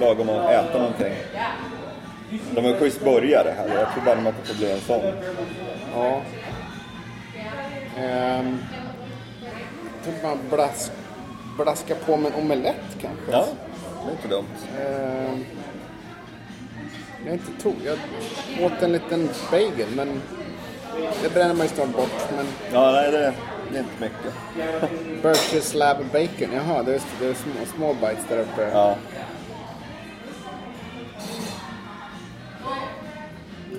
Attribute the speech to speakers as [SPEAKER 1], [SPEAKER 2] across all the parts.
[SPEAKER 1] Lagom att äta någonting. De är schysst burgare här. Jag tror bara att det får bli en sån.
[SPEAKER 2] Ja. Ehm, jag tänkte bara blask, blaska på med en omelett kanske.
[SPEAKER 1] Ja, det är inte dumt.
[SPEAKER 2] Ehm, jag är inte tog. Jag åt en liten bagel men det bränner man ju snart bort. Men
[SPEAKER 1] Ja, nej, det, det är inte mycket.
[SPEAKER 2] Berkshire slab bacon. Jaha, det är, det är små, små bites där uppe.
[SPEAKER 1] Ja.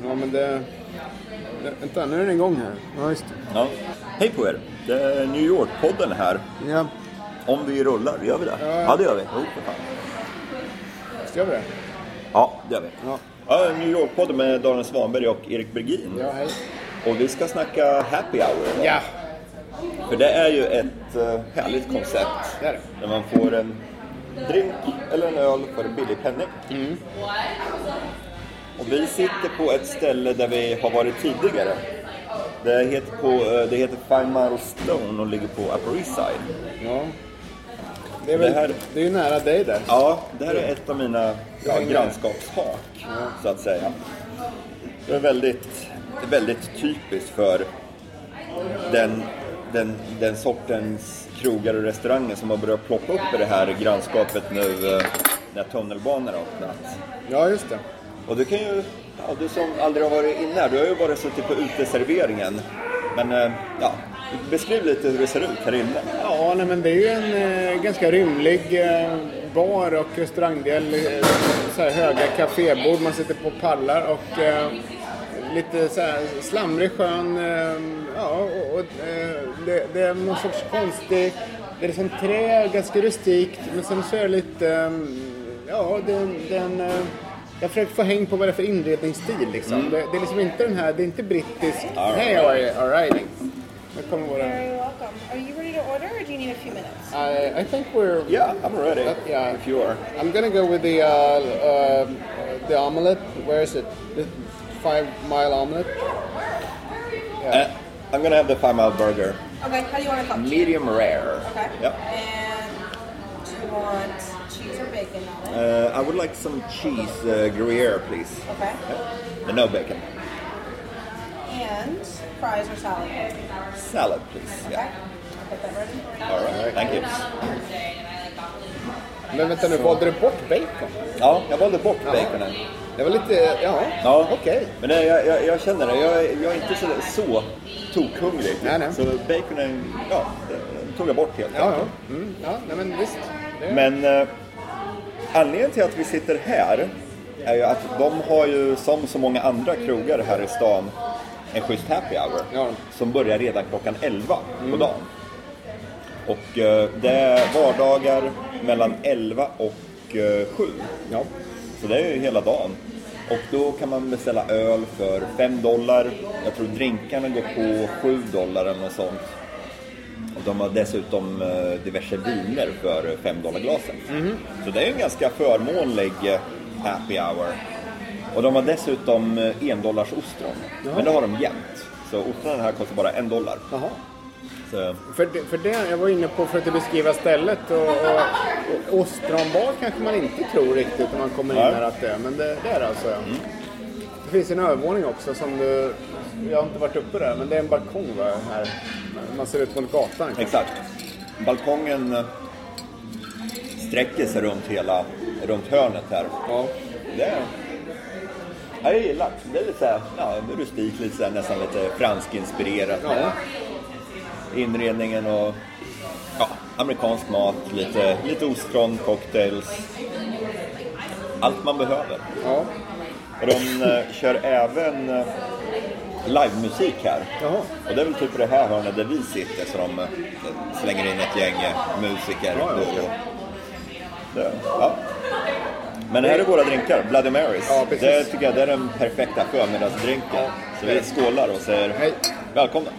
[SPEAKER 2] Ja, men det... det vänta, nu är den igång här. Ja, just det.
[SPEAKER 1] ja. Hej på er! Det är New York-podden här.
[SPEAKER 2] Ja,
[SPEAKER 1] Om vi rullar, gör vi det?
[SPEAKER 2] Ja, ja.
[SPEAKER 1] Ja, det gör vi. Jo, för fan.
[SPEAKER 2] ska vi det?
[SPEAKER 1] Ja, det gör vi.
[SPEAKER 2] Ja.
[SPEAKER 1] Ja, New York-podden med Daniel Svanberg och Erik Bergin.
[SPEAKER 2] Ja, hej.
[SPEAKER 1] Och vi ska snacka happy hour. idag.
[SPEAKER 2] Ja,
[SPEAKER 1] För det är ju ett eh, härligt koncept.
[SPEAKER 2] det är det.
[SPEAKER 1] När man får en drink eller en öl för en billig penning. Och vi sitter på ett ställe där vi har varit tidigare. Det heter, på, eh, det heter Five Milestone och ligger på Upper East Side.
[SPEAKER 2] Ja. Det är, väl,
[SPEAKER 1] Det
[SPEAKER 2] det,
[SPEAKER 1] här-
[SPEAKER 2] är ju nära dig där.
[SPEAKER 1] Ja, det här är ett av mina ja,
[SPEAKER 2] Hänger.
[SPEAKER 1] grannskapshak, så att säga. Det är väldigt, det är väldigt typiskt för den, den, den sortens krogar och restauranger som har börjat ploppa upp i det här grannskapet nu eh, när tunnelbanan har öppnat.
[SPEAKER 2] Ja, just det.
[SPEAKER 1] Och du kan ju, ja, du som aldrig har varit inne här, du har ju bara suttit på uteserveringen. Men eh, ja, beskriv lite hur det ser ut här inne.
[SPEAKER 2] Ja, nej, men det är ju en eh, ganska rymlig eh, bar och restaurangdel. Eh, så här höga kafébord, man sitter på pallar och eh, lite så här slamrig, skön... Eh, ja, och, och, eh, det, det är någon sorts konstig... Det är liksom trä, ganska rustikt, men sen så är det lite... Eh, ja, den... den eh, jag försöker få häng på vad det är för inredningsstil liksom. Det, det är liksom inte den här, det är inte brittiskt.
[SPEAKER 1] All right.
[SPEAKER 2] Hej, all right. Nu kommer våra...
[SPEAKER 3] Very welcome. Are you ready to order or do you need a few minutes?
[SPEAKER 2] I, I think we're.
[SPEAKER 1] Yeah, I'm ready.
[SPEAKER 2] Yeah.
[SPEAKER 1] If you are.
[SPEAKER 2] I'm gonna go with the uh, uh, the omelet. Where is it? The five mile omelet.
[SPEAKER 1] Uh, I'm gonna have the five mile burger.
[SPEAKER 3] Okay, how do you want to come?
[SPEAKER 1] Medium rare.
[SPEAKER 3] Okay.
[SPEAKER 1] Yep.
[SPEAKER 3] And do you want cheese or bacon on it?
[SPEAKER 1] Uh, I would like some cheese uh, Gruyere, please.
[SPEAKER 3] Okay.
[SPEAKER 1] Yep. And no bacon.
[SPEAKER 3] And fries or salad? Okay.
[SPEAKER 1] Salad, please. Yeah.
[SPEAKER 3] I'll put that ready.
[SPEAKER 1] All right. Thank you.
[SPEAKER 2] Men vänta nu, valde du bort bacon?
[SPEAKER 1] Ja, jag valde bort
[SPEAKER 2] Ja.
[SPEAKER 1] baconen.
[SPEAKER 2] Det var lite, ja.
[SPEAKER 1] Ja,
[SPEAKER 2] Okej.
[SPEAKER 1] Men nej, jag, jag, jag känner det. Jag, är- jag är inte så, så tokhungrig.
[SPEAKER 2] Nej, nej.
[SPEAKER 1] Så baconen, ja, den tog jag bort helt
[SPEAKER 2] Ja, ja. Mm, ja, nej men visst. Det-
[SPEAKER 1] Men eh, anledningen till att vi sitter här är ju att de har ju som så många andra krogar här i stan en schysst happy hour
[SPEAKER 2] Ja.
[SPEAKER 1] som börjar redan klockan 11 på dagen. Och eh, det är vardagar mellan 11 och eh, 7.
[SPEAKER 2] Ja.
[SPEAKER 1] Så det är ju hela dagen. Och då kan man beställa öl för 5 dollar. Jag tror drinkarna går på 7 dollar eller något sånt. Och de har dessutom eh, diverse viner för 5 dollar glasen. Så det är en ganska förmånlig eh, happy hour. Och de har dessutom eh, endollars ostron. Men det har de jämt. Så ostronen här kostar bara en dollar.
[SPEAKER 2] Jaha.
[SPEAKER 1] Så,
[SPEAKER 2] För det, för det jag var inne på för att beskriva stället och, och, och ostronbar kanske man inte tror riktigt när man kommer in
[SPEAKER 1] Nej. Mm.
[SPEAKER 2] här att det är, men det, det är det alltså. ja. Det finns en övervåning också som du, jag har inte varit uppe där, men det är en balkong va, här. Man ser ut mot gatan.
[SPEAKER 1] exakt. Balkongen eh, sträcker sig runt hela, runt hörnet här.
[SPEAKER 2] Ja.
[SPEAKER 1] Det är ja, jag gillar det. Det är lite så här, ja, rustikt, lite så här, nästan lite franskinspirerat.
[SPEAKER 2] Ja.
[SPEAKER 1] Inredningen och ja, amerikansk mat, lite, lite ostron, cocktails. Allt man behöver.
[SPEAKER 2] ja.
[SPEAKER 1] Och de eh, kör även eh, livemusik här.
[SPEAKER 2] Jaha.
[SPEAKER 1] Och det är väl typ det här hörnet där vi sitter så de eh, slänger in ett gäng eh, musiker.
[SPEAKER 2] Ja, ja,
[SPEAKER 1] då och
[SPEAKER 2] okej.
[SPEAKER 1] då. Det, ja. Men det här är våra drinkar, Bloody Marys.
[SPEAKER 2] Ja, precis.
[SPEAKER 1] det tycker jag det är den perfekta förmiddagsdrinken.
[SPEAKER 2] Ja.
[SPEAKER 1] Så vi skålar och säger
[SPEAKER 2] Hej.
[SPEAKER 1] välkomna.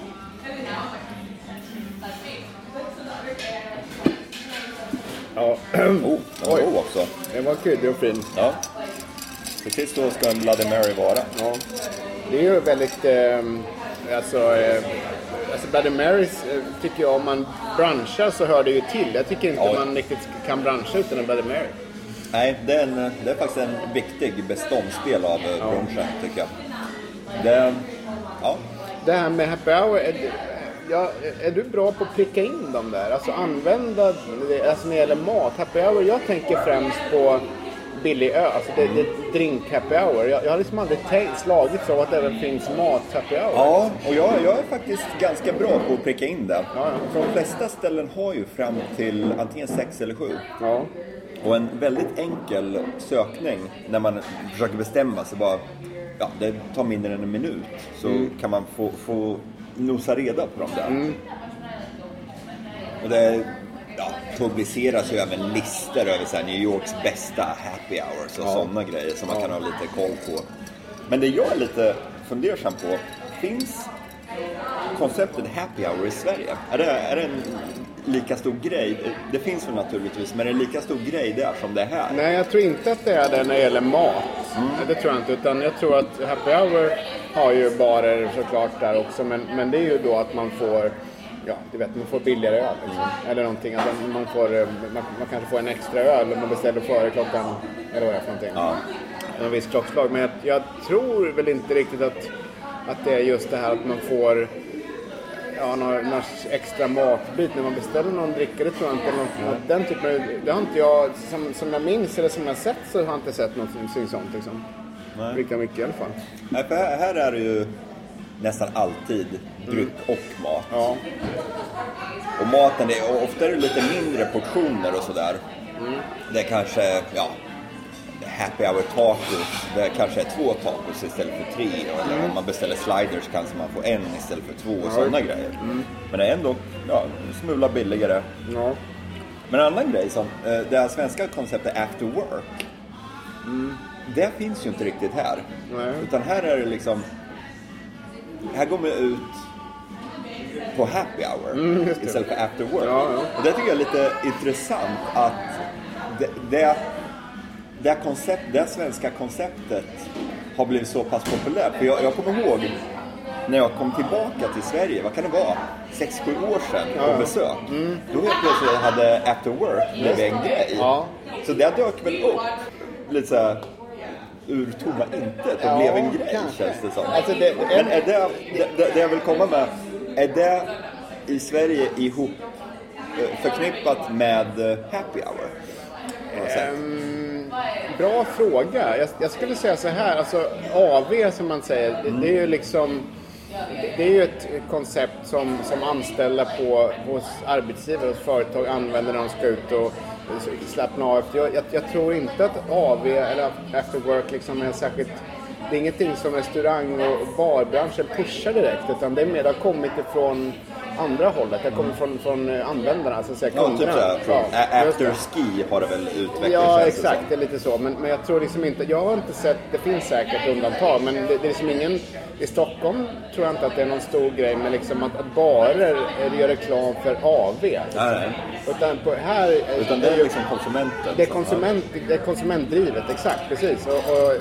[SPEAKER 2] ja.
[SPEAKER 1] Oh, den var
[SPEAKER 2] Oj.
[SPEAKER 1] god också. Oh,
[SPEAKER 2] Det var kryddig och fin.
[SPEAKER 1] Ja. Precis så ska en Bloody Mary vara.
[SPEAKER 2] Ja. Det är ju väldigt... ehm, alltså, eh, alltså Bloody Marys eh, tycker jag, om man brunchar så hör det ju till. Jag tycker inte
[SPEAKER 1] Ja.
[SPEAKER 2] man riktigt kan bruncha utan en Bloody Mary.
[SPEAKER 1] Nej, det är, en, det är faktiskt en viktig beståndsdel av eh, brunchen tycker jag. Det, ja,
[SPEAKER 2] Det här med happy hour, är, du- ja, är du bra på att pricka in dem där? Alltså använda, det- alltså när det gäller mat, happy hour, jag tänker främst på billig öl, alltså det, det är drink happy hour. Jag, jag har liksom aldrig tänkt, slagits av att det även finns mat happy hour.
[SPEAKER 1] ja och jag, jag är faktiskt ganska bra på att pricka in det.
[SPEAKER 2] Ja, ja.
[SPEAKER 1] För de flesta ställen har ju fram till antingen sex eller sju.
[SPEAKER 2] Ja.
[SPEAKER 1] Och en väldigt enkel sökning när man försöker bestämma sig bara, ja det tar mindre än en minut så
[SPEAKER 2] Mm.
[SPEAKER 1] kan man få, få nosa reda på dem där. Och det ja, publiceras ju även listor över så här, New Yorks bästa happy hours och sådana grejer som man kan ha lite koll på. Men det jag är lite fundersam på, finns konceptet happy hour i Sverige? Är det, är det en lika stor grej? Det finns väl naturligtvis, men är det en lika stor grej där som det är här?
[SPEAKER 2] Nej, jag tror inte att det är det när det gäller mat. Det tror jag inte. Utan jag tror att Happy Hour har ju barer såklart där också. Men, men det är ju då att man får Ja, du vet, man får billigare öl. Liksom. Eller någonting. Alltså, man, får, eh, man, man kanske får en extra öl om man beställer före klockan, eller vad det är för någonting.
[SPEAKER 1] Ja.
[SPEAKER 2] Någon viss klockslag. Men jag, jag tror väl inte riktigt att, att det är just det här att man får ja, någon, någon extra matbit när man beställer någon dricka. Det tror jag inte. Någon, någon, den typen av, det har inte jag, som, som jag minns eller som jag har sett så har jag inte sett någonting sånt. Liksom. Lika mycket i alla fall.
[SPEAKER 1] Nej, för här, här är det ju nästan alltid dryck och mat.
[SPEAKER 2] Ja.
[SPEAKER 1] Och maten, det, och ofta är det lite mindre portioner och sådär. Det är kanske, ja, happy hour tacos. Det kanske är två tacos istället för tre. Eller om man beställer sliders kanske man får en istället för två och sådana grejer. Men det är ändå, ja, en smula billigare.
[SPEAKER 2] ja.
[SPEAKER 1] Men en annan grej som, eh, det här svenska konceptet after work. mm, Det finns ju inte riktigt här.
[SPEAKER 2] Nej.
[SPEAKER 1] Utan här är det liksom, här går man ut på happy hour istället för after work.
[SPEAKER 2] Mm, Ja, ja.
[SPEAKER 1] Och det tycker jag är lite intressant att det, det, det, här koncept, det här svenska konceptet har blivit så pass populärt. För jag, jag kommer ihåg när jag kom tillbaka till Sverige, vad kan det vara, 6-7 år sedan
[SPEAKER 2] Ja, Mm. ja.
[SPEAKER 1] på besök. Då helt plötsligt hade after work blivit en grej.
[SPEAKER 2] Ja.
[SPEAKER 1] Så det dök väl upp lite så här, ur tomma intet och
[SPEAKER 2] Ja,
[SPEAKER 1] blev en grej
[SPEAKER 2] kanske.
[SPEAKER 1] känns det som.
[SPEAKER 2] Alltså, det-
[SPEAKER 1] Men är det, det, det, det jag vill komma med, är det i Sverige ihop eh, förknippat med eh, happy hour? På något sätt.
[SPEAKER 2] Bra fråga. Jag, jag skulle säga så här, alltså AV som man säger, det, det är ju liksom det- det är ju ett koncept som, som anställda på, hos arbetsgivare och företag använder när de ska ut och slappna av. efter. Jag, jag, jag tror inte att AV eller after work liksom är särskilt det är ingenting som restaurang och barbranschen pushar direkt utan det är mer det har kommit ifrån andra hållet. Det har kommit från, från eh, användarna, så att säga
[SPEAKER 1] Ja, typ
[SPEAKER 2] kunderna.
[SPEAKER 1] såhär, från
[SPEAKER 2] Ja,
[SPEAKER 1] a-
[SPEAKER 2] just det.
[SPEAKER 1] after ski har det väl utvecklats
[SPEAKER 2] Ja,
[SPEAKER 1] känns det som.
[SPEAKER 2] exakt. Det är lite så. Men, men jag tror liksom inte... Jag har inte sett... Det finns säkert undantag, men det, det är liksom ingen... I Stockholm tror jag inte att det är någon stor grej med liksom att, att barer eh, gör reklam för AV.
[SPEAKER 1] Nej, nej.
[SPEAKER 2] Utan på, här... eh,
[SPEAKER 1] Utan det är liksom konsumenten.
[SPEAKER 2] det är,
[SPEAKER 1] som-
[SPEAKER 2] konsument, det är konsumentdrivet, exakt. Precis. Och,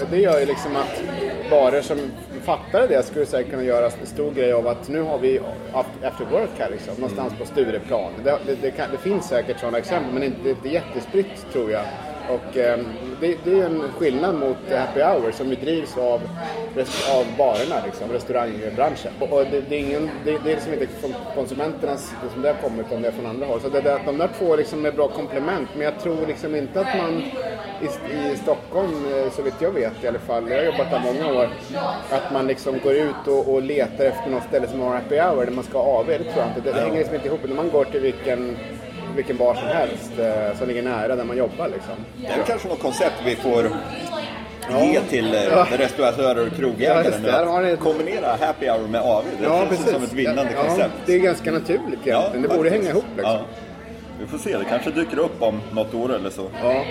[SPEAKER 2] och det gör ju liksom att barer som fattade det skulle säkert kunna göra en stor grej av att nu har vi af- after work här liksom, någonstans på Stureplan. Det, det, det, kan, det finns säkert sådana exempel men inte, inte jättespritt tror jag. Och ehm, det, det är ju en skillnad mot happy hour som ju drivs av, rest- av barerna, liksom, restaurangbranschen. Och, och det, det, är ingen, det, det är liksom inte från konsumenternas, det som det har kommit, utan det är från andra håll. Så det, det, de där två liksom är bra komplement, men jag tror liksom inte att man i, i Stockholm, eh, så vitt jag vet i alla fall, jag har jobbat där många år, att man liksom går ut och, och letar efter något ställe som har happy hour där man ska ha AV, det tror jag inte. Det, det hänger liksom inte ihop. När man går till vilken vilken bar som helst eh, som ligger nära där man jobbar liksom.
[SPEAKER 1] Det är väl kanske något koncept vi får ge till eh, restauratörer och
[SPEAKER 2] Ja,
[SPEAKER 1] krogägare
[SPEAKER 2] just det.
[SPEAKER 1] nu.
[SPEAKER 2] Där har ni-
[SPEAKER 1] Att Kombinera happy hour med AW. Det känns ju som ett vinnande
[SPEAKER 2] ja,
[SPEAKER 1] koncept.
[SPEAKER 2] Det är ganska naturligt egentligen. det borde
[SPEAKER 1] faktiskt.
[SPEAKER 2] hänga ihop liksom.
[SPEAKER 1] Ja. Vi får se, det kanske dyker upp om något år eller så.
[SPEAKER 2] Ja.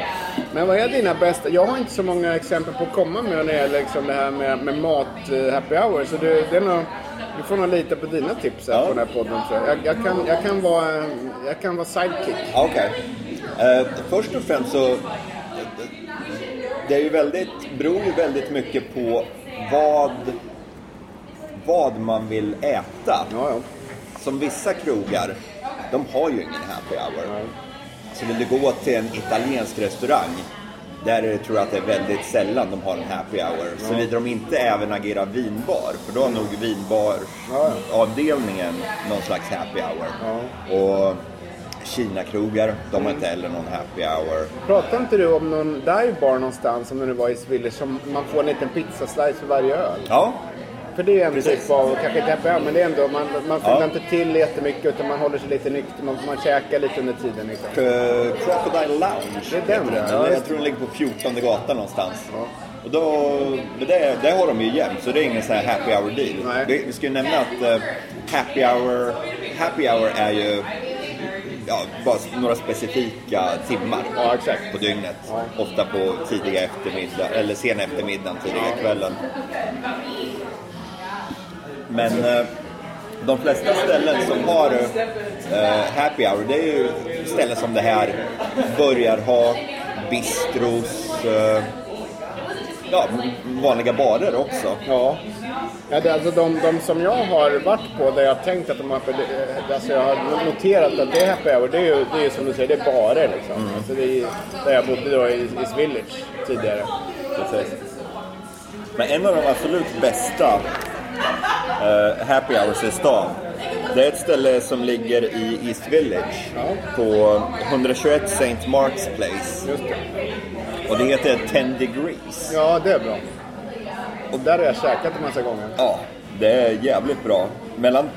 [SPEAKER 2] Men vad är dina bästa? Jag har inte så många exempel på att komma med när det gäller liksom det här med, med mat eh, happy hour. Så du, det är nog, du får nog lita på dina tips här
[SPEAKER 1] Ja.
[SPEAKER 2] på den här podden tror jag. Jag, jag, kan, jag, kan, vara, eh, jag kan vara sidekick.
[SPEAKER 1] Ja, Okej. Eh, först och främst så... det är ju väldigt, beror ju väldigt mycket på vad, vad man vill äta.
[SPEAKER 2] Ja, ja.
[SPEAKER 1] Som vissa krogar, de har ju ingen happy hour.
[SPEAKER 2] Nej.
[SPEAKER 1] Så vill du gå till en italiensk restaurang, där tror jag att det är väldigt sällan de har en happy hour. Såvida de inte även agerar vinbar, för då har nog
[SPEAKER 2] Ja,
[SPEAKER 1] vinbaravdelningen någon slags happy hour. Och Kina-krogar, de har inte heller någon happy hour.
[SPEAKER 2] Pratade inte du om någon dive bar någonstans, om när du var i Swedish, som man får en liten pizzaslice för varje öl?
[SPEAKER 1] Ja,
[SPEAKER 2] För det är en
[SPEAKER 1] Precis.
[SPEAKER 2] typ av, kanske inte happy hour, men det är ändå, man, man fyller
[SPEAKER 1] Ja.
[SPEAKER 2] inte till jättemycket utan man håller sig lite nykter, man, man käkar lite under tiden liksom.
[SPEAKER 1] eh, Crocodile Lounge.
[SPEAKER 2] Det är den,
[SPEAKER 1] heter
[SPEAKER 2] ja,
[SPEAKER 1] Jag
[SPEAKER 2] just
[SPEAKER 1] tror den ligger på 14 gatan någonstans. Och då, men det, det har de ju jämt, så det är ingen sån här happy hour
[SPEAKER 2] Nej.
[SPEAKER 1] deal. Vi, vi ska ju nämna att eh, happy, hour, happy hour är ju ja, bara några specifika timmar
[SPEAKER 2] Ja, exakt.
[SPEAKER 1] på dygnet. Ofta på tidiga eftermiddag, eller sena eftermiddagen, tidiga kvällen. Men eh, de flesta ställen som har eh, happy hour, det är ju ställen som det här. Burgarhak, bistros, eh, ja, vanliga barer också.
[SPEAKER 2] Ja. ja det, är alltså de, de som jag har varit på där jag har tänkt att de har... eh, Alltså jag har noterat att det är happy hour, det är ju det är ju som du säger, det är barer liksom.
[SPEAKER 1] Mm.
[SPEAKER 2] Alltså det är, ju- där jag bodde då i, i Village tidigare.
[SPEAKER 1] Men en av de absolut bästa eh, happy hours i stan, det är ett ställe som ligger i East Village på 121 St. Mark's Place.
[SPEAKER 2] Just det.
[SPEAKER 1] Och det heter 10 Degrees.
[SPEAKER 2] Ja, det är bra. Och där har jag käkat en massa gånger.
[SPEAKER 1] Ja, det är jävligt bra. Mellan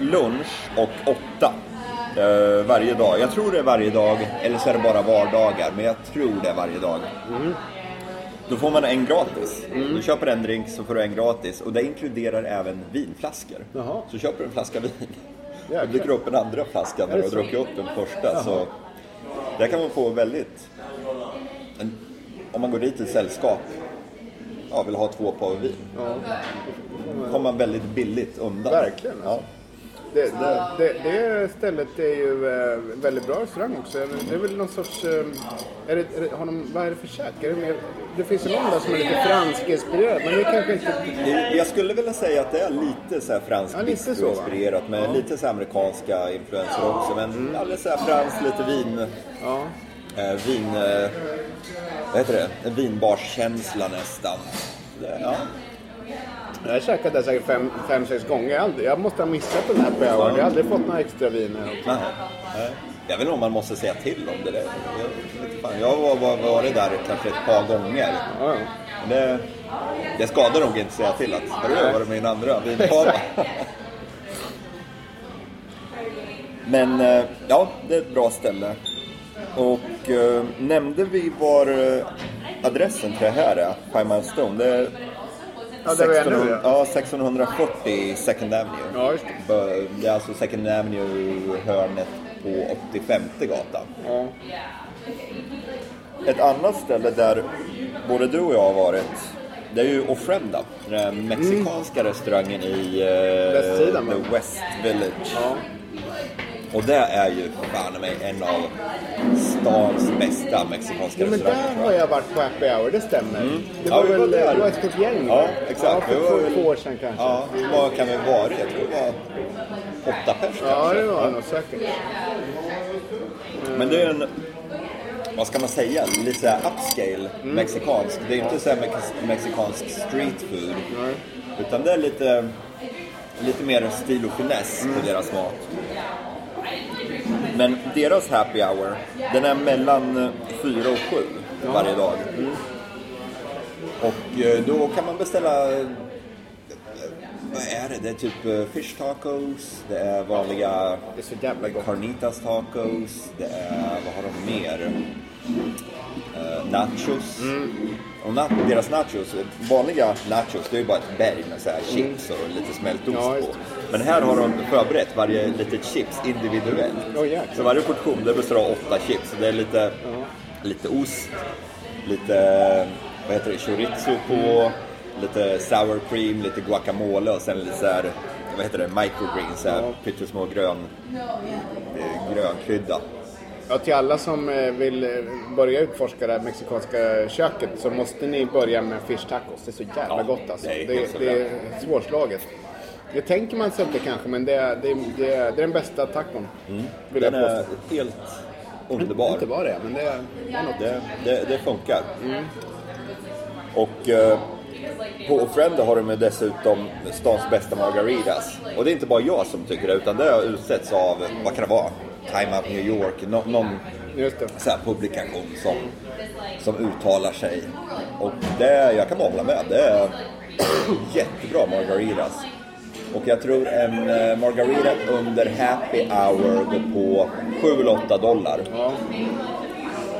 [SPEAKER 1] lunch och åtta. eh, varje dag. Jag tror det är varje dag, eller så är det bara vardagar. Men jag tror det är varje dag.
[SPEAKER 2] Mm.
[SPEAKER 1] Då får man en gratis. Du köper en drink så får du en gratis. Och det inkluderar även vinflaskor.
[SPEAKER 2] Jaha.
[SPEAKER 1] Så köper du en flaska vin.
[SPEAKER 2] Jäklar.
[SPEAKER 1] Då dyker det upp en andra flaska när du
[SPEAKER 2] Är det
[SPEAKER 1] har
[SPEAKER 2] så?
[SPEAKER 1] druckit upp den första. Så där kan man få väldigt... En, om man går dit i sällskap, ja, vill ha två par vin kommer man väldigt billigt undan.
[SPEAKER 2] Verkligen. alltså.
[SPEAKER 1] Ja.
[SPEAKER 2] Det, det, det, det stället är ju eh, väldigt bra restaurang också. Det är väl någon sorts... eh, Är det, är det, har de, vad är det för käk? Är det, mer, det finns ju någon där som är lite fransk-inspirerad, men det är kanske inte...
[SPEAKER 1] Det- Jag skulle vilja säga att det är lite så här fransk
[SPEAKER 2] Ja, lite så,
[SPEAKER 1] bistro-inspirerat med lite så här amerikanska influenser också. Men alldeles så här franskt, lite vin...
[SPEAKER 2] Ja.
[SPEAKER 1] Eh, vin eh, vad heter det? En vinbarskänsla nästan. Det, ja.
[SPEAKER 2] Jag har käkat där säkert fem, fem sex gånger. Jag, har aldrig, jag måste ha missat den här på jag har aldrig fått några extra viner.
[SPEAKER 1] Nej. Nej. Jag vet inte om man måste säga till om det där. Jag, vet inte fan. jag har var- varit där kanske ett par gånger.
[SPEAKER 2] Ja, ja.
[SPEAKER 1] Men det, det skadar nog inte att säga till att hörru, var det min andra vinpava? Men eh, ja, det är ett bra ställe. Och eh, nämnde vi var eh, adressen till det här är? Five Mile Stone. Det är
[SPEAKER 2] Ja, där vi är nu, ja.
[SPEAKER 1] ja, 1640 Second Avenue.
[SPEAKER 2] Ja, just det.
[SPEAKER 1] Bö- Det är alltså Second Avenue-hörnet på 85 gatan.
[SPEAKER 2] Ja.
[SPEAKER 1] Ett annat ställe där både du och jag har varit, det är ju Ofrenda. Den mexikanska restaurangen i eh,
[SPEAKER 2] Mm. Västsidan, va?
[SPEAKER 1] The West Village.
[SPEAKER 2] Ja.
[SPEAKER 1] Och det är ju fan i mig en av stans bästa mexikanska
[SPEAKER 2] Jo, men
[SPEAKER 1] restauranger.
[SPEAKER 2] där
[SPEAKER 1] tror
[SPEAKER 2] har
[SPEAKER 1] jag.
[SPEAKER 2] jag varit på happy hour, det stämmer. Det
[SPEAKER 1] Ja,
[SPEAKER 2] Mm. var
[SPEAKER 1] vi var
[SPEAKER 2] väl
[SPEAKER 1] där.
[SPEAKER 2] det var ett stort gäng? va?
[SPEAKER 1] Ja, exakt. Det
[SPEAKER 2] Ja, för
[SPEAKER 1] var
[SPEAKER 2] två,
[SPEAKER 1] väl-
[SPEAKER 2] två år sedan kanske.
[SPEAKER 1] Ja, hur många kan vi ha varit? Jag tror det var åtta pers
[SPEAKER 2] Ja,
[SPEAKER 1] kanske.
[SPEAKER 2] det var det nog säkert.
[SPEAKER 1] Men det är en, vad ska man säga, lite såhär upscale
[SPEAKER 2] Mm.
[SPEAKER 1] mexikansk. Det är inte såhär mex- mexikansk street food. Utan det är lite, lite mer stil och finess
[SPEAKER 2] Mm.
[SPEAKER 1] på deras mat. Men deras happy hour, den är mellan 4 och 7 varje dag.
[SPEAKER 2] Mm.
[SPEAKER 1] Och eh, då kan man beställa eh, vad är det? Det är typ eh, fish tacos, det är vanliga
[SPEAKER 2] Det är så jävla gott.
[SPEAKER 1] Carnitas tacos, det är, vad har de mer? Eh, nachos.
[SPEAKER 2] Mm.
[SPEAKER 1] Och na- deras nachos, vanliga nachos, det är ju bara ett berg med så här chips och lite smältost
[SPEAKER 2] Ja,
[SPEAKER 1] på.
[SPEAKER 2] just
[SPEAKER 1] Men här har de förberett varje litet chips individuellt.
[SPEAKER 2] Åh, jäklar.
[SPEAKER 1] så varje portion det består av åtta chips. Så det är lite, lite ost, lite vad heter det, chorizo på, lite sour cream, lite guacamole och sen lite så här, vad heter det, microgreens, så här,
[SPEAKER 2] Ja.
[SPEAKER 1] pyttesmå grön, eh, grönkrydda.
[SPEAKER 2] Ja, till alla som eh, vill eh, börja utforska det här mexikanska köket så måste ni börja med fish tacos. Det är så jävla
[SPEAKER 1] Ja,
[SPEAKER 2] gott alltså.
[SPEAKER 1] det är
[SPEAKER 2] Det, det,
[SPEAKER 1] helt
[SPEAKER 2] är svårslaget. Det tänker man sig inte kanske, men det är, det är, det är, det är den bästa tacon. Vill
[SPEAKER 1] Mm. Den
[SPEAKER 2] jag
[SPEAKER 1] är
[SPEAKER 2] påstå.
[SPEAKER 1] helt underbar.
[SPEAKER 2] Inte bara det, men det är, det är något.
[SPEAKER 1] Det, det, det funkar. Och eh, på Ofrenda har de ju dessutom stans bästa margaritas. Och det är inte bara jag som tycker det, utan det har utsetts av, vad kan det vara, Time Out New York, nå- någon
[SPEAKER 2] Just det.
[SPEAKER 1] så här publikation som, som uttalar sig. Och det, jag kan bara hålla med, det är jättebra margaritas. Och jag tror en eh, margarita under happy hour går på 7 eller 8 dollar.
[SPEAKER 2] Ja.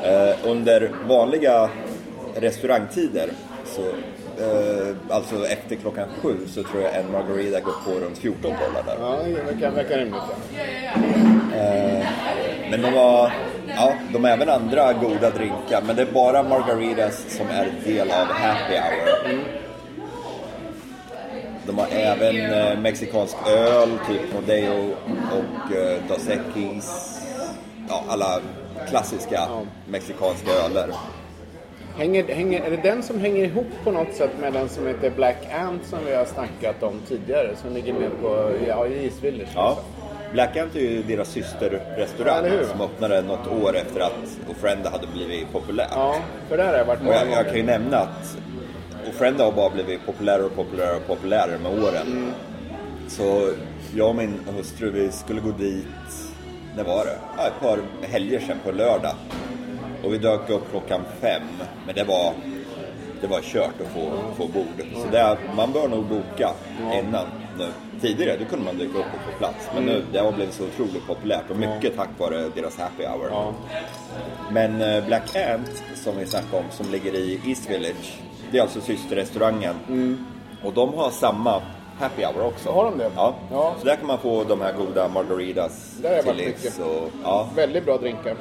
[SPEAKER 1] Eh, under vanliga restaurangtider, så, eh, alltså efter klockan sju, så tror jag en margarita går på runt 14 dollar där.
[SPEAKER 2] Ja, det verkar, verkar rimligt. Ja.
[SPEAKER 1] Men de har, ja, de har även andra goda drinkar, men det är bara margaritas som är del av happy hour. De har även eh, mexikansk öl, typ Modeo och eh, Dos Equis. Ja, alla klassiska mexikanska öler.
[SPEAKER 2] Hänger, hänger, är det den som hänger ihop på något sätt med den som heter Black Ant som vi har snackat om tidigare? Som ligger med på ja, i Isvillers.
[SPEAKER 1] Ja.
[SPEAKER 2] liksom?
[SPEAKER 1] Black Ant är ju deras systerrestaurang
[SPEAKER 2] Eller hur?
[SPEAKER 1] som öppnade något år efter att Ofrenda hade blivit populär.
[SPEAKER 2] ja, för där har jag varit
[SPEAKER 1] Och
[SPEAKER 2] många
[SPEAKER 1] jag, jag kan ju
[SPEAKER 2] gånger.
[SPEAKER 1] nämna att Ofrenda har bara blivit populärare och populärare och populärare med åren. Så jag och min hustru, vi skulle gå dit, när var det? Ja, ett par helger sedan på lördag. Och vi dök upp klockan fem, men det var, det var kört att få, få bord. Så där, man bör nog boka innan nu. Tidigare då kunde man dyka upp och få plats, men nu, det har blivit så otroligt populärt och mycket tack vare deras happy hour.
[SPEAKER 2] Ja.
[SPEAKER 1] Men eh, Black Ant, som vi snackade om, som ligger i East Village, det är alltså systerrestaurangen. Och de har samma happy hour också.
[SPEAKER 2] Mm. Har de det?
[SPEAKER 1] Ja.
[SPEAKER 2] Ja.
[SPEAKER 1] Så där kan man få de här goda margaritas
[SPEAKER 2] Där har jag
[SPEAKER 1] till
[SPEAKER 2] varit
[SPEAKER 1] livs.
[SPEAKER 2] mycket.
[SPEAKER 1] Och, ja.
[SPEAKER 2] Väldigt bra drinkar.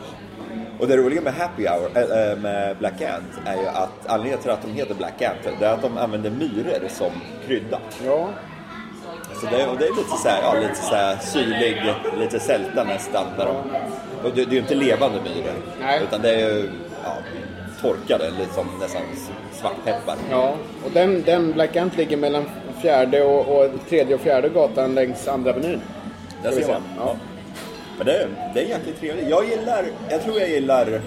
[SPEAKER 1] och det roliga med happy hour, äh, äh, med Black Ant, är ju att anledningen till att de heter Black Ant, det är att de använder myror som krydda.
[SPEAKER 2] Ja,
[SPEAKER 1] Så det, och det är lite så här, ja, lite så här syrlig, lite sälta nästan. Där de, och det, det är ju inte levande myror,
[SPEAKER 2] Nej.
[SPEAKER 1] utan det är ju ja, torkade, lite som nästan svartpeppar.
[SPEAKER 2] ja. och den, den Black Ant ligger mellan fjärde och, och tredje och fjärde gatan längs andra avenyn.
[SPEAKER 1] Där
[SPEAKER 2] Ska vi
[SPEAKER 1] ser
[SPEAKER 2] se.
[SPEAKER 1] man.
[SPEAKER 2] Ja.
[SPEAKER 1] Men det, det är jäkligt trevligt. Jag gillar, jag tror jag gillar,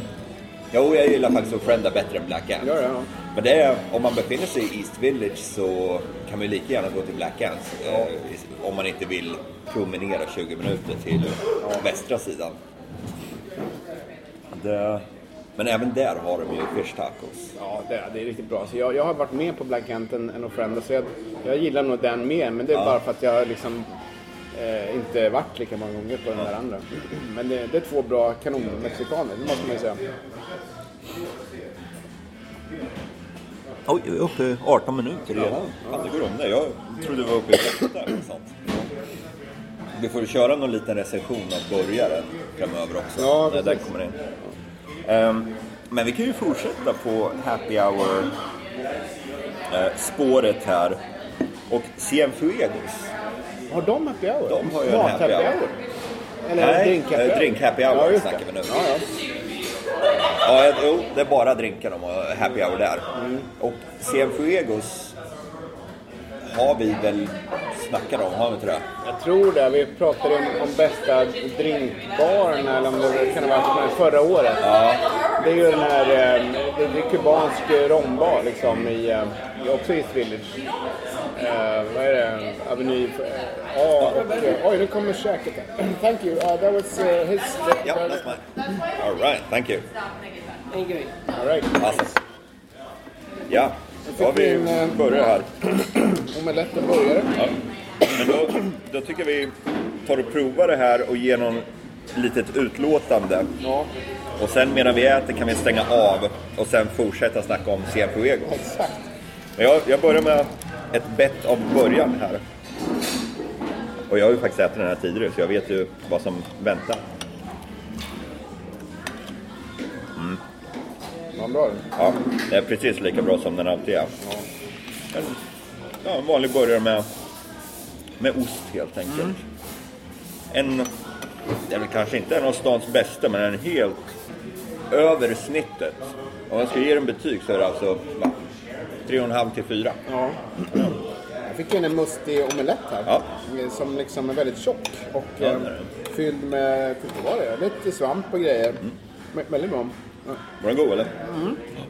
[SPEAKER 1] jo jag gillar faktiskt Ofrenda bättre än Black Ant.
[SPEAKER 2] Ja, ja, ja.
[SPEAKER 1] Men det är, om man befinner sig i East Village så kan man ju lika gärna gå till Black Ant. Eh, om man inte vill promenera 20 minuter till västra sidan. Det, men även där har de ju fish tacos.
[SPEAKER 2] Ja, det, det är riktigt bra. Så jag, jag har varit med på Black Ant än än Ofrenda, så jag, jag gillar nog den mer. Men det är bara för att jag liksom eh, inte varit lika många gånger på den där andra. Men det, det är två bra kanonmexikaner, det måste man ju säga.
[SPEAKER 1] Oj, vi är uppe i 18 minuter redan. Fan, det går om det. Jag trodde vi var uppe i 8 eller sånt. Vi får köra någon liten recension av börjaren framöver också.
[SPEAKER 2] Ja,
[SPEAKER 1] när den
[SPEAKER 2] precis.
[SPEAKER 1] kommer in. Ehm, men vi kan ju fortsätta på happy hour eh, spåret här. Och Cienfuegos.
[SPEAKER 2] Har de happy hour?
[SPEAKER 1] De har ju en
[SPEAKER 2] Mat
[SPEAKER 1] happy hour.
[SPEAKER 2] Eller
[SPEAKER 1] Nej,
[SPEAKER 2] drink happy
[SPEAKER 1] eh,
[SPEAKER 2] hour?
[SPEAKER 1] drink happy hour
[SPEAKER 2] ja, just
[SPEAKER 1] snackar
[SPEAKER 2] det.
[SPEAKER 1] vi nu.
[SPEAKER 2] Ja, ja.
[SPEAKER 1] Ja, jag- jo, det är bara drinkar de har happy hour där.
[SPEAKER 2] Mm.
[SPEAKER 1] Och Cienfuegos har vi väl snackat om, har vi inte det?
[SPEAKER 2] Jag tror det. Vi pratade om, om bästa drinkbaren eller om det kan ha varit förra året. Det är ju den här, eh, det det är kubansk eh, rombar liksom i, eh, i- också i East Village. Eh, vad är det? Aveny eh, A och... eh, Oj, nu kommer käket här. Thank you. Uh, that was uh, his...
[SPEAKER 1] Ja, that's mine. All right, thank you.
[SPEAKER 2] All right.
[SPEAKER 1] Alltså. Ja, då har vi
[SPEAKER 2] fick vi en, eh,
[SPEAKER 1] börjat här.
[SPEAKER 2] Omelett och burgare.
[SPEAKER 1] Men då, då tycker vi tar och provar det här och ger någon litet utlåtande.
[SPEAKER 2] Ja,
[SPEAKER 1] Och sen medan vi äter kan vi stänga av och sen fortsätta snacka om Cienfuegos.
[SPEAKER 2] exakt.
[SPEAKER 1] Men jag, jag börjar med ett bett av början här. Och jag har ju faktiskt ätit den här tidigare så jag vet ju vad som väntar.
[SPEAKER 2] Vad bra.
[SPEAKER 1] Ja, det är precis lika bra som den alltid är. En, ja, en vanlig burgare med, med ost helt enkelt. En det är väl kanske inte en av stans bästa, men den är helt över snittet. Om jag ska ge den betyg så är det alltså va, 3,5 till 4.
[SPEAKER 2] Ja. Jag fick in en mustig omelett här.
[SPEAKER 1] Ja.
[SPEAKER 2] Som liksom är väldigt tjock och
[SPEAKER 1] Ja, det är
[SPEAKER 2] eh,
[SPEAKER 1] den.
[SPEAKER 2] fylld med vad var det? lite svamp och grejer.
[SPEAKER 1] Mm.
[SPEAKER 2] Men- Väldigt bra. Ja,
[SPEAKER 1] Var den god eller?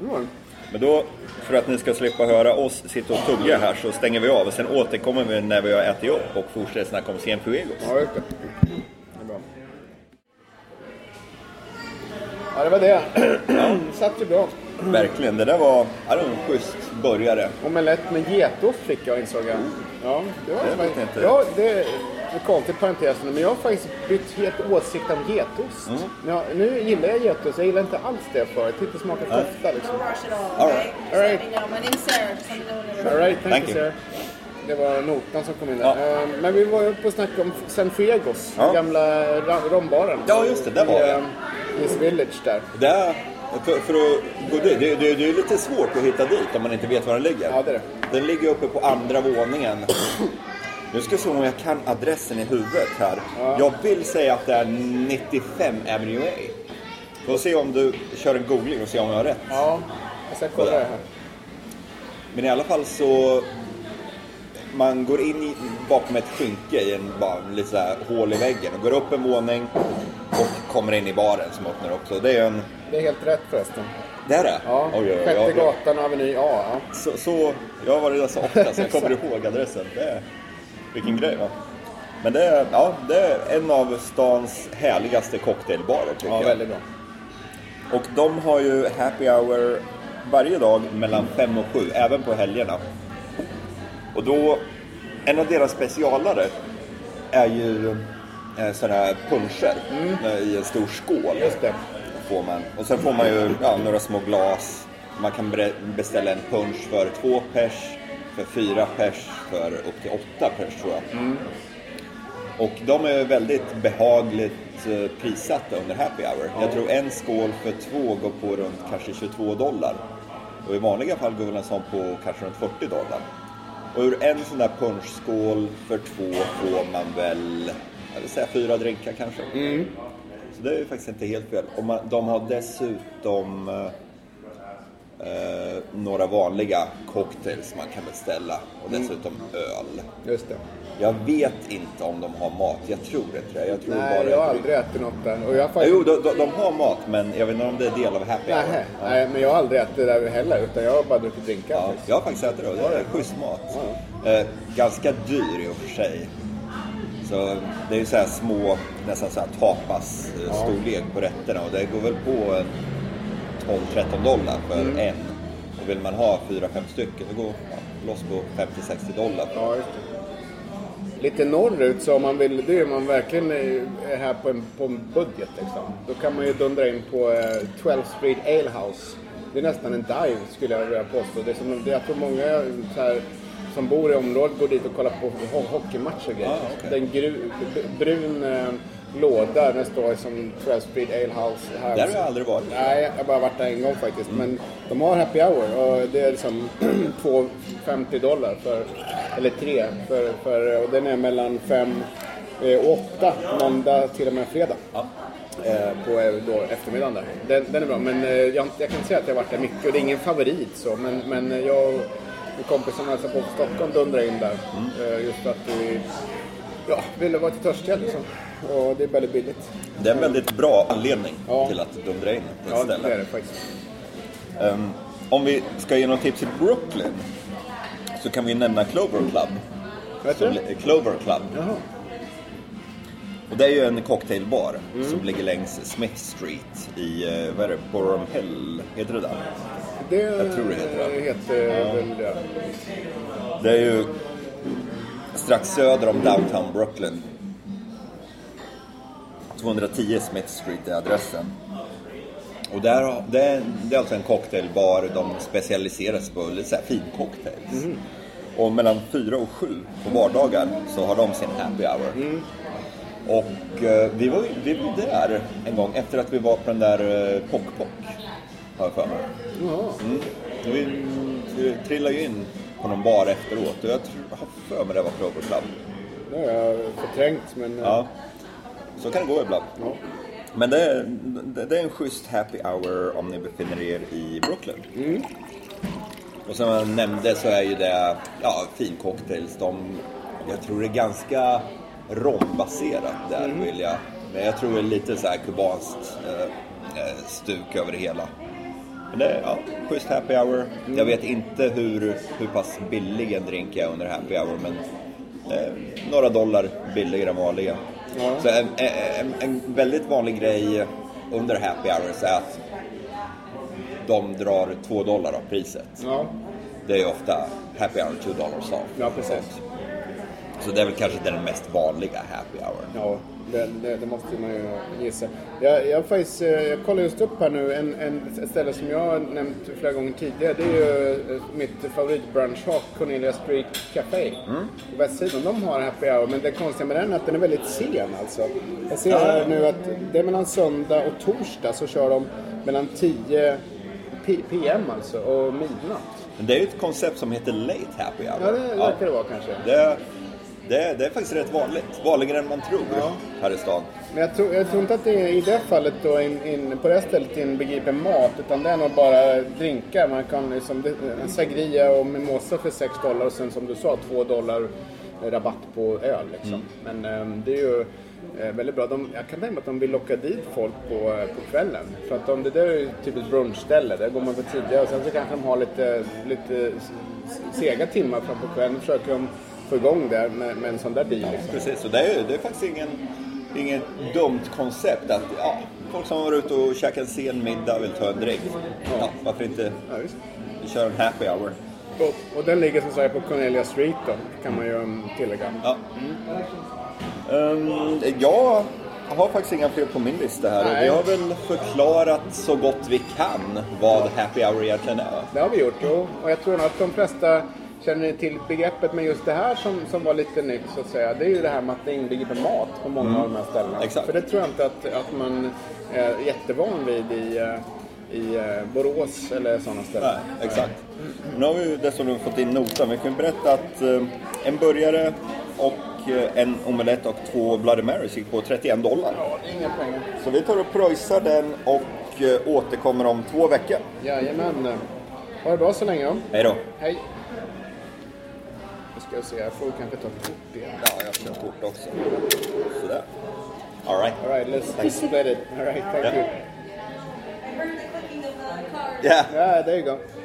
[SPEAKER 2] det var den.
[SPEAKER 1] Men då, för att ni ska slippa höra oss sitta och tugga här så stänger vi av och sen återkommer vi när vi har ätit upp och fortsätter snacka om Cienfuegos.
[SPEAKER 2] Ja, just det. Det är bra. Ja, det var det. Satt ju bra.
[SPEAKER 1] Verkligen, det där var, ja, det var en schysst börjare.
[SPEAKER 2] Omelett med getost fick jag insåg jag. Ja, det var
[SPEAKER 1] Det vet jag inte.
[SPEAKER 2] Ja, det är en konstig parentes nu, men jag har faktiskt bytt helt åsikt om getost.
[SPEAKER 1] Mm.
[SPEAKER 2] Ja, nu gillar jag getost, jag gillar inte alls det förut. Inte smakat kofta liksom.
[SPEAKER 3] Don't rush it
[SPEAKER 1] All
[SPEAKER 3] all, okay?
[SPEAKER 1] right.
[SPEAKER 3] Just
[SPEAKER 2] All
[SPEAKER 3] let
[SPEAKER 2] right.
[SPEAKER 3] me know. My name's Sarah. Just let me know whenever.
[SPEAKER 2] All right, thank,
[SPEAKER 1] Thank
[SPEAKER 2] you,
[SPEAKER 1] you.
[SPEAKER 2] sir. Det var notan som kom in där.
[SPEAKER 1] Ja.
[SPEAKER 2] Eh, Men vi var ju uppe och snackade om Sanfegos,
[SPEAKER 1] Ja.
[SPEAKER 2] gamla ra- rombaren.
[SPEAKER 1] Ja, just det, där var
[SPEAKER 2] I,
[SPEAKER 1] vi.
[SPEAKER 2] eh, East Village där.
[SPEAKER 1] Det är, för, för att gå dit, det, det, det är lite svårt att hitta dit om man inte vet var den ligger.
[SPEAKER 2] Ja, det är det.
[SPEAKER 1] Den ligger uppe på andra våningen. Nu ska jag se om jag kan adressen i huvudet här. Jag vill säga att det är 95 Avenue A. Får se om du kör en googling och se om jag har rätt.
[SPEAKER 2] Ja, jag ska kolla det här.
[SPEAKER 1] Men i alla fall så... Man går in i, bakom ett skynke i en bara, lite så här, hål i väggen och går upp en våning och kommer in i baren som öppnar också. Det är en...
[SPEAKER 2] Det är helt rätt förresten.
[SPEAKER 1] Det här är?
[SPEAKER 2] Ja,
[SPEAKER 1] Oj, oj, oj,
[SPEAKER 2] Sjätte
[SPEAKER 1] jag- jag-
[SPEAKER 2] gatan och Aveny A. Ja.
[SPEAKER 1] Så, så, jag har varit där så ofta så jag kommer ihåg adressen. Det är, vilken grej va? Men det är, ja, det är en av stans härligaste cocktailbarer tycker
[SPEAKER 2] ja,
[SPEAKER 1] jag.
[SPEAKER 2] väldigt bra.
[SPEAKER 1] Och de har ju happy hour varje dag mellan 5 och 7, även på helgerna. Och då, en av deras specialare är ju eh, sådana här puncher eh, i en stor skål.
[SPEAKER 2] Mm. Just det.
[SPEAKER 1] Får man. Och sen får man ju ja, några små glas. Man kan bre- beställa en punch för två pers, för fyra pers, för upp till åtta pers tror jag. Och de är väldigt behagligt eh, prissatta under happy hour. Jag tror en skål för två går på runt kanske 22 dollar. Och i vanliga fall går väl en sån på kanske runt 40 dollar. Och ur en sån där punchskål för två får man väl, jag vill säga fyra drinkar kanske. Så det är ju faktiskt inte helt fel. Och man, de har dessutom eh, eh, några vanliga cocktails man kan beställa och
[SPEAKER 2] Mm.
[SPEAKER 1] dessutom öl.
[SPEAKER 2] Just det.
[SPEAKER 1] Jag vet inte om de har mat. Jag tror inte det. Jag tror
[SPEAKER 2] Nej,
[SPEAKER 1] bara
[SPEAKER 2] jag har
[SPEAKER 1] att-
[SPEAKER 2] aldrig ätit något där. Och jag har
[SPEAKER 1] Ja,
[SPEAKER 2] faktiskt...
[SPEAKER 1] Jo, de, de, de har mat, men jag vet inte om det är del av happy hour.
[SPEAKER 2] Nej,
[SPEAKER 1] Ja.
[SPEAKER 2] nej, men jag har aldrig ätit det där heller. Utan jag har bara druckit drinkar.
[SPEAKER 1] Ja,
[SPEAKER 2] faktiskt.
[SPEAKER 1] jag har faktiskt ätit det och det är schysst mat. Eh, ganska dyr i och för sig. Så det är ju så här små, nästan så här tapas-storlek på rätterna och det går väl på en 12-13 dollar för
[SPEAKER 2] Mm.
[SPEAKER 1] en. Och vill man ha 4-5 stycken, då går man loss på 50-60 dollar.
[SPEAKER 2] Ja, just det. Lite norrut så om man vill, det är om man verkligen är här på en, på en budget liksom. Då kan man ju dundra in på eh, 12 Street Ale House. Det är nästan en dive skulle jag vilja påstå. Det är som, det- jag tror många så här, som bor i området går dit och kollar på ho- hockeymatcher och grejer.
[SPEAKER 1] Ah, okej.
[SPEAKER 2] Den gru, b- brun eh, låda, den står som 12 Street Ale House. Här.
[SPEAKER 1] Där har jag aldrig varit.
[SPEAKER 2] Nej, jag har bara varit där en gång faktiskt. Men de har happy hour och det är liksom 2,50 dollar för, eller 3 för, för, och den är mellan 5 och 8 måndag till och med fredag.
[SPEAKER 1] Ja.
[SPEAKER 2] Eh, På eh, då, eftermiddagen där. Den, den är bra, men eh, jag, har inte- jag kan inte säga att jag har varit där mycket och det är ingen favorit så. Men, men eh, jag och en kompis som hälsade på i Stockholm dundrade in där. Eh, Just för att vi ja, ville vara lite törstiga liksom. Och det är väldigt billigt.
[SPEAKER 1] Det är en väldigt bra anledning
[SPEAKER 2] Ja.
[SPEAKER 1] till att dundra in på ett
[SPEAKER 2] Ja,
[SPEAKER 1] ställe.
[SPEAKER 2] det är det faktiskt.
[SPEAKER 1] Ehm, om vi ska ge något tips i Brooklyn så kan vi nämna Clover Club.
[SPEAKER 2] Vet
[SPEAKER 1] Som,
[SPEAKER 2] du?
[SPEAKER 1] li- Clover Club.
[SPEAKER 2] Jaha.
[SPEAKER 1] Och det är ju en cocktailbar som ligger längs Smith Street i, eh, vad är det, Borum Hill, heter det där?
[SPEAKER 2] Det
[SPEAKER 1] Jag tror det heter det.
[SPEAKER 2] heter väl det.
[SPEAKER 1] Det är ju strax söder om downtown Brooklyn. 210 Smith Street är adressen. Och där, har- det, är, det är alltså en cocktailbar, de specialiserar sig på lite så här fincocktails. Och mellan 4 och 7 på vardagar så har de sin happy hour. Och eh, vi, var, ju- vi var ju där en gång efter att vi var på den där eh, Pock Pock, har jag för mig.
[SPEAKER 2] Ja.
[SPEAKER 1] Vi vi trillade ju in på någon bar efteråt och jag tror- har för mig det var Clover Club.
[SPEAKER 2] Det har jag förträngt men...
[SPEAKER 1] Ja. Så kan det gå ibland.
[SPEAKER 2] Ja.
[SPEAKER 1] Men det är, det, det är en schysst happy hour om ni befinner er i Brooklyn. Och som jag nämnde så är ju det ja, fincocktails. De, jag tror det är ganska rombaserat där
[SPEAKER 2] Mm.
[SPEAKER 1] vill jag. Men jag tror det är lite så här kubanskt eh, eh, stuk över det hela. Men det är ja, schysst happy hour.
[SPEAKER 2] Mm.
[SPEAKER 1] Jag vet inte hur, hur pass billig en drink är under happy hour men eh, några dollar billigare än vanliga.
[SPEAKER 2] Ja.
[SPEAKER 1] Så en, en, en väldigt vanlig grej under happy hours är att de drar två dollar av priset.
[SPEAKER 2] Ja.
[SPEAKER 1] Det är ju ofta happy hour two dollars off.
[SPEAKER 2] Ja, precis.
[SPEAKER 1] Så det är väl kanske den mest vanliga happy hour.
[SPEAKER 2] Ja, det, det, det måste man ju gissa. Jag, jag, har faktiskt, eh, jag kollar just upp här nu en, en ett ställe som jag har nämnt flera gånger tidigare. Det är ju eh, mitt favoritbrunchhak, Cornelia Street Café
[SPEAKER 1] Mm.
[SPEAKER 2] på västsidan. De har happy hour, men det konstiga med den är att den är väldigt sen alltså. Jag ser här nu att det är mellan söndag och torsdag så kör de mellan 10 p- PM alltså och midnatt.
[SPEAKER 1] Men det är ju ett koncept som heter late happy hour.
[SPEAKER 2] Ja, det verkar det vara kanske.
[SPEAKER 1] Det, det, det är faktiskt rätt vanligt. Vanligare än man tror
[SPEAKER 2] Ja.
[SPEAKER 1] här i stan.
[SPEAKER 2] Men jag tror, jag tror inte att det är i det fallet då, in, in, på det här stället inbegriper mat, utan det är nog bara drinkar. Man kan liksom, det- en sangria och mimosa för 6 dollar och sen som du sa 2 dollar rabatt på öl. Liksom. Men ehm, det är ju eh, väldigt bra. De, jag kan tänka mig att de vill locka dit folk på, eh, på kvällen. För att de, det där är ju typ ett brunchställe, där går man på tidigare och sen så kanske de har lite, lite s- s- sega timmar fram på kvällen. försöker de få igång det med, med en sån där deal. Liksom.
[SPEAKER 1] Precis, så det är, ju- det är faktiskt ingen, inget dumt koncept att ja, folk som var ute och käkade en sen middag vill ta en drink. Ja, varför inte
[SPEAKER 2] Ja, visst.
[SPEAKER 1] köra en happy hour?
[SPEAKER 2] Och, och den ligger som sagt på Cornelia Street då, kan man ju um, tillägga.
[SPEAKER 1] Ja. Ehm, jag har faktiskt inga fler på min lista här och
[SPEAKER 2] Nej.
[SPEAKER 1] vi har väl förklarat så gott vi kan vad happy hour egentligen är.
[SPEAKER 2] Det har vi gjort, jo. Och jag tror nog att de flesta känner till begreppet, men just det här som, som var lite nytt så att säga, det är ju det här med att det inbegriper mat på många av de här ställena.
[SPEAKER 1] Mm. Exakt.
[SPEAKER 2] För det tror jag inte att, att man är jättevan vid i, eh, i eh, Borås eller sådana ställen.
[SPEAKER 1] Nej, exakt. Nu har vi ju dessutom fått in notan. Vi kan ju berätta att eh, en burgare och eh, en omelett och två Bloody Marys gick på 31 dollar.
[SPEAKER 2] Ja, det är inga pengar.
[SPEAKER 1] Så vi tar och pröjsar den och eh, återkommer om två veckor.
[SPEAKER 2] Jajamän. Ha det bra så länge då.
[SPEAKER 1] Hej då.
[SPEAKER 2] Hej. Nu ska jag se, jag får kanske ta ett kort igen.
[SPEAKER 1] Ja, jag ska ha kort också. Sådär. Alright.
[SPEAKER 2] All right, let's split it. All right, thank
[SPEAKER 1] Ja.
[SPEAKER 2] you.
[SPEAKER 3] I heard the clicking of the uh, car.
[SPEAKER 1] Yeah.
[SPEAKER 2] Yeah, there you go.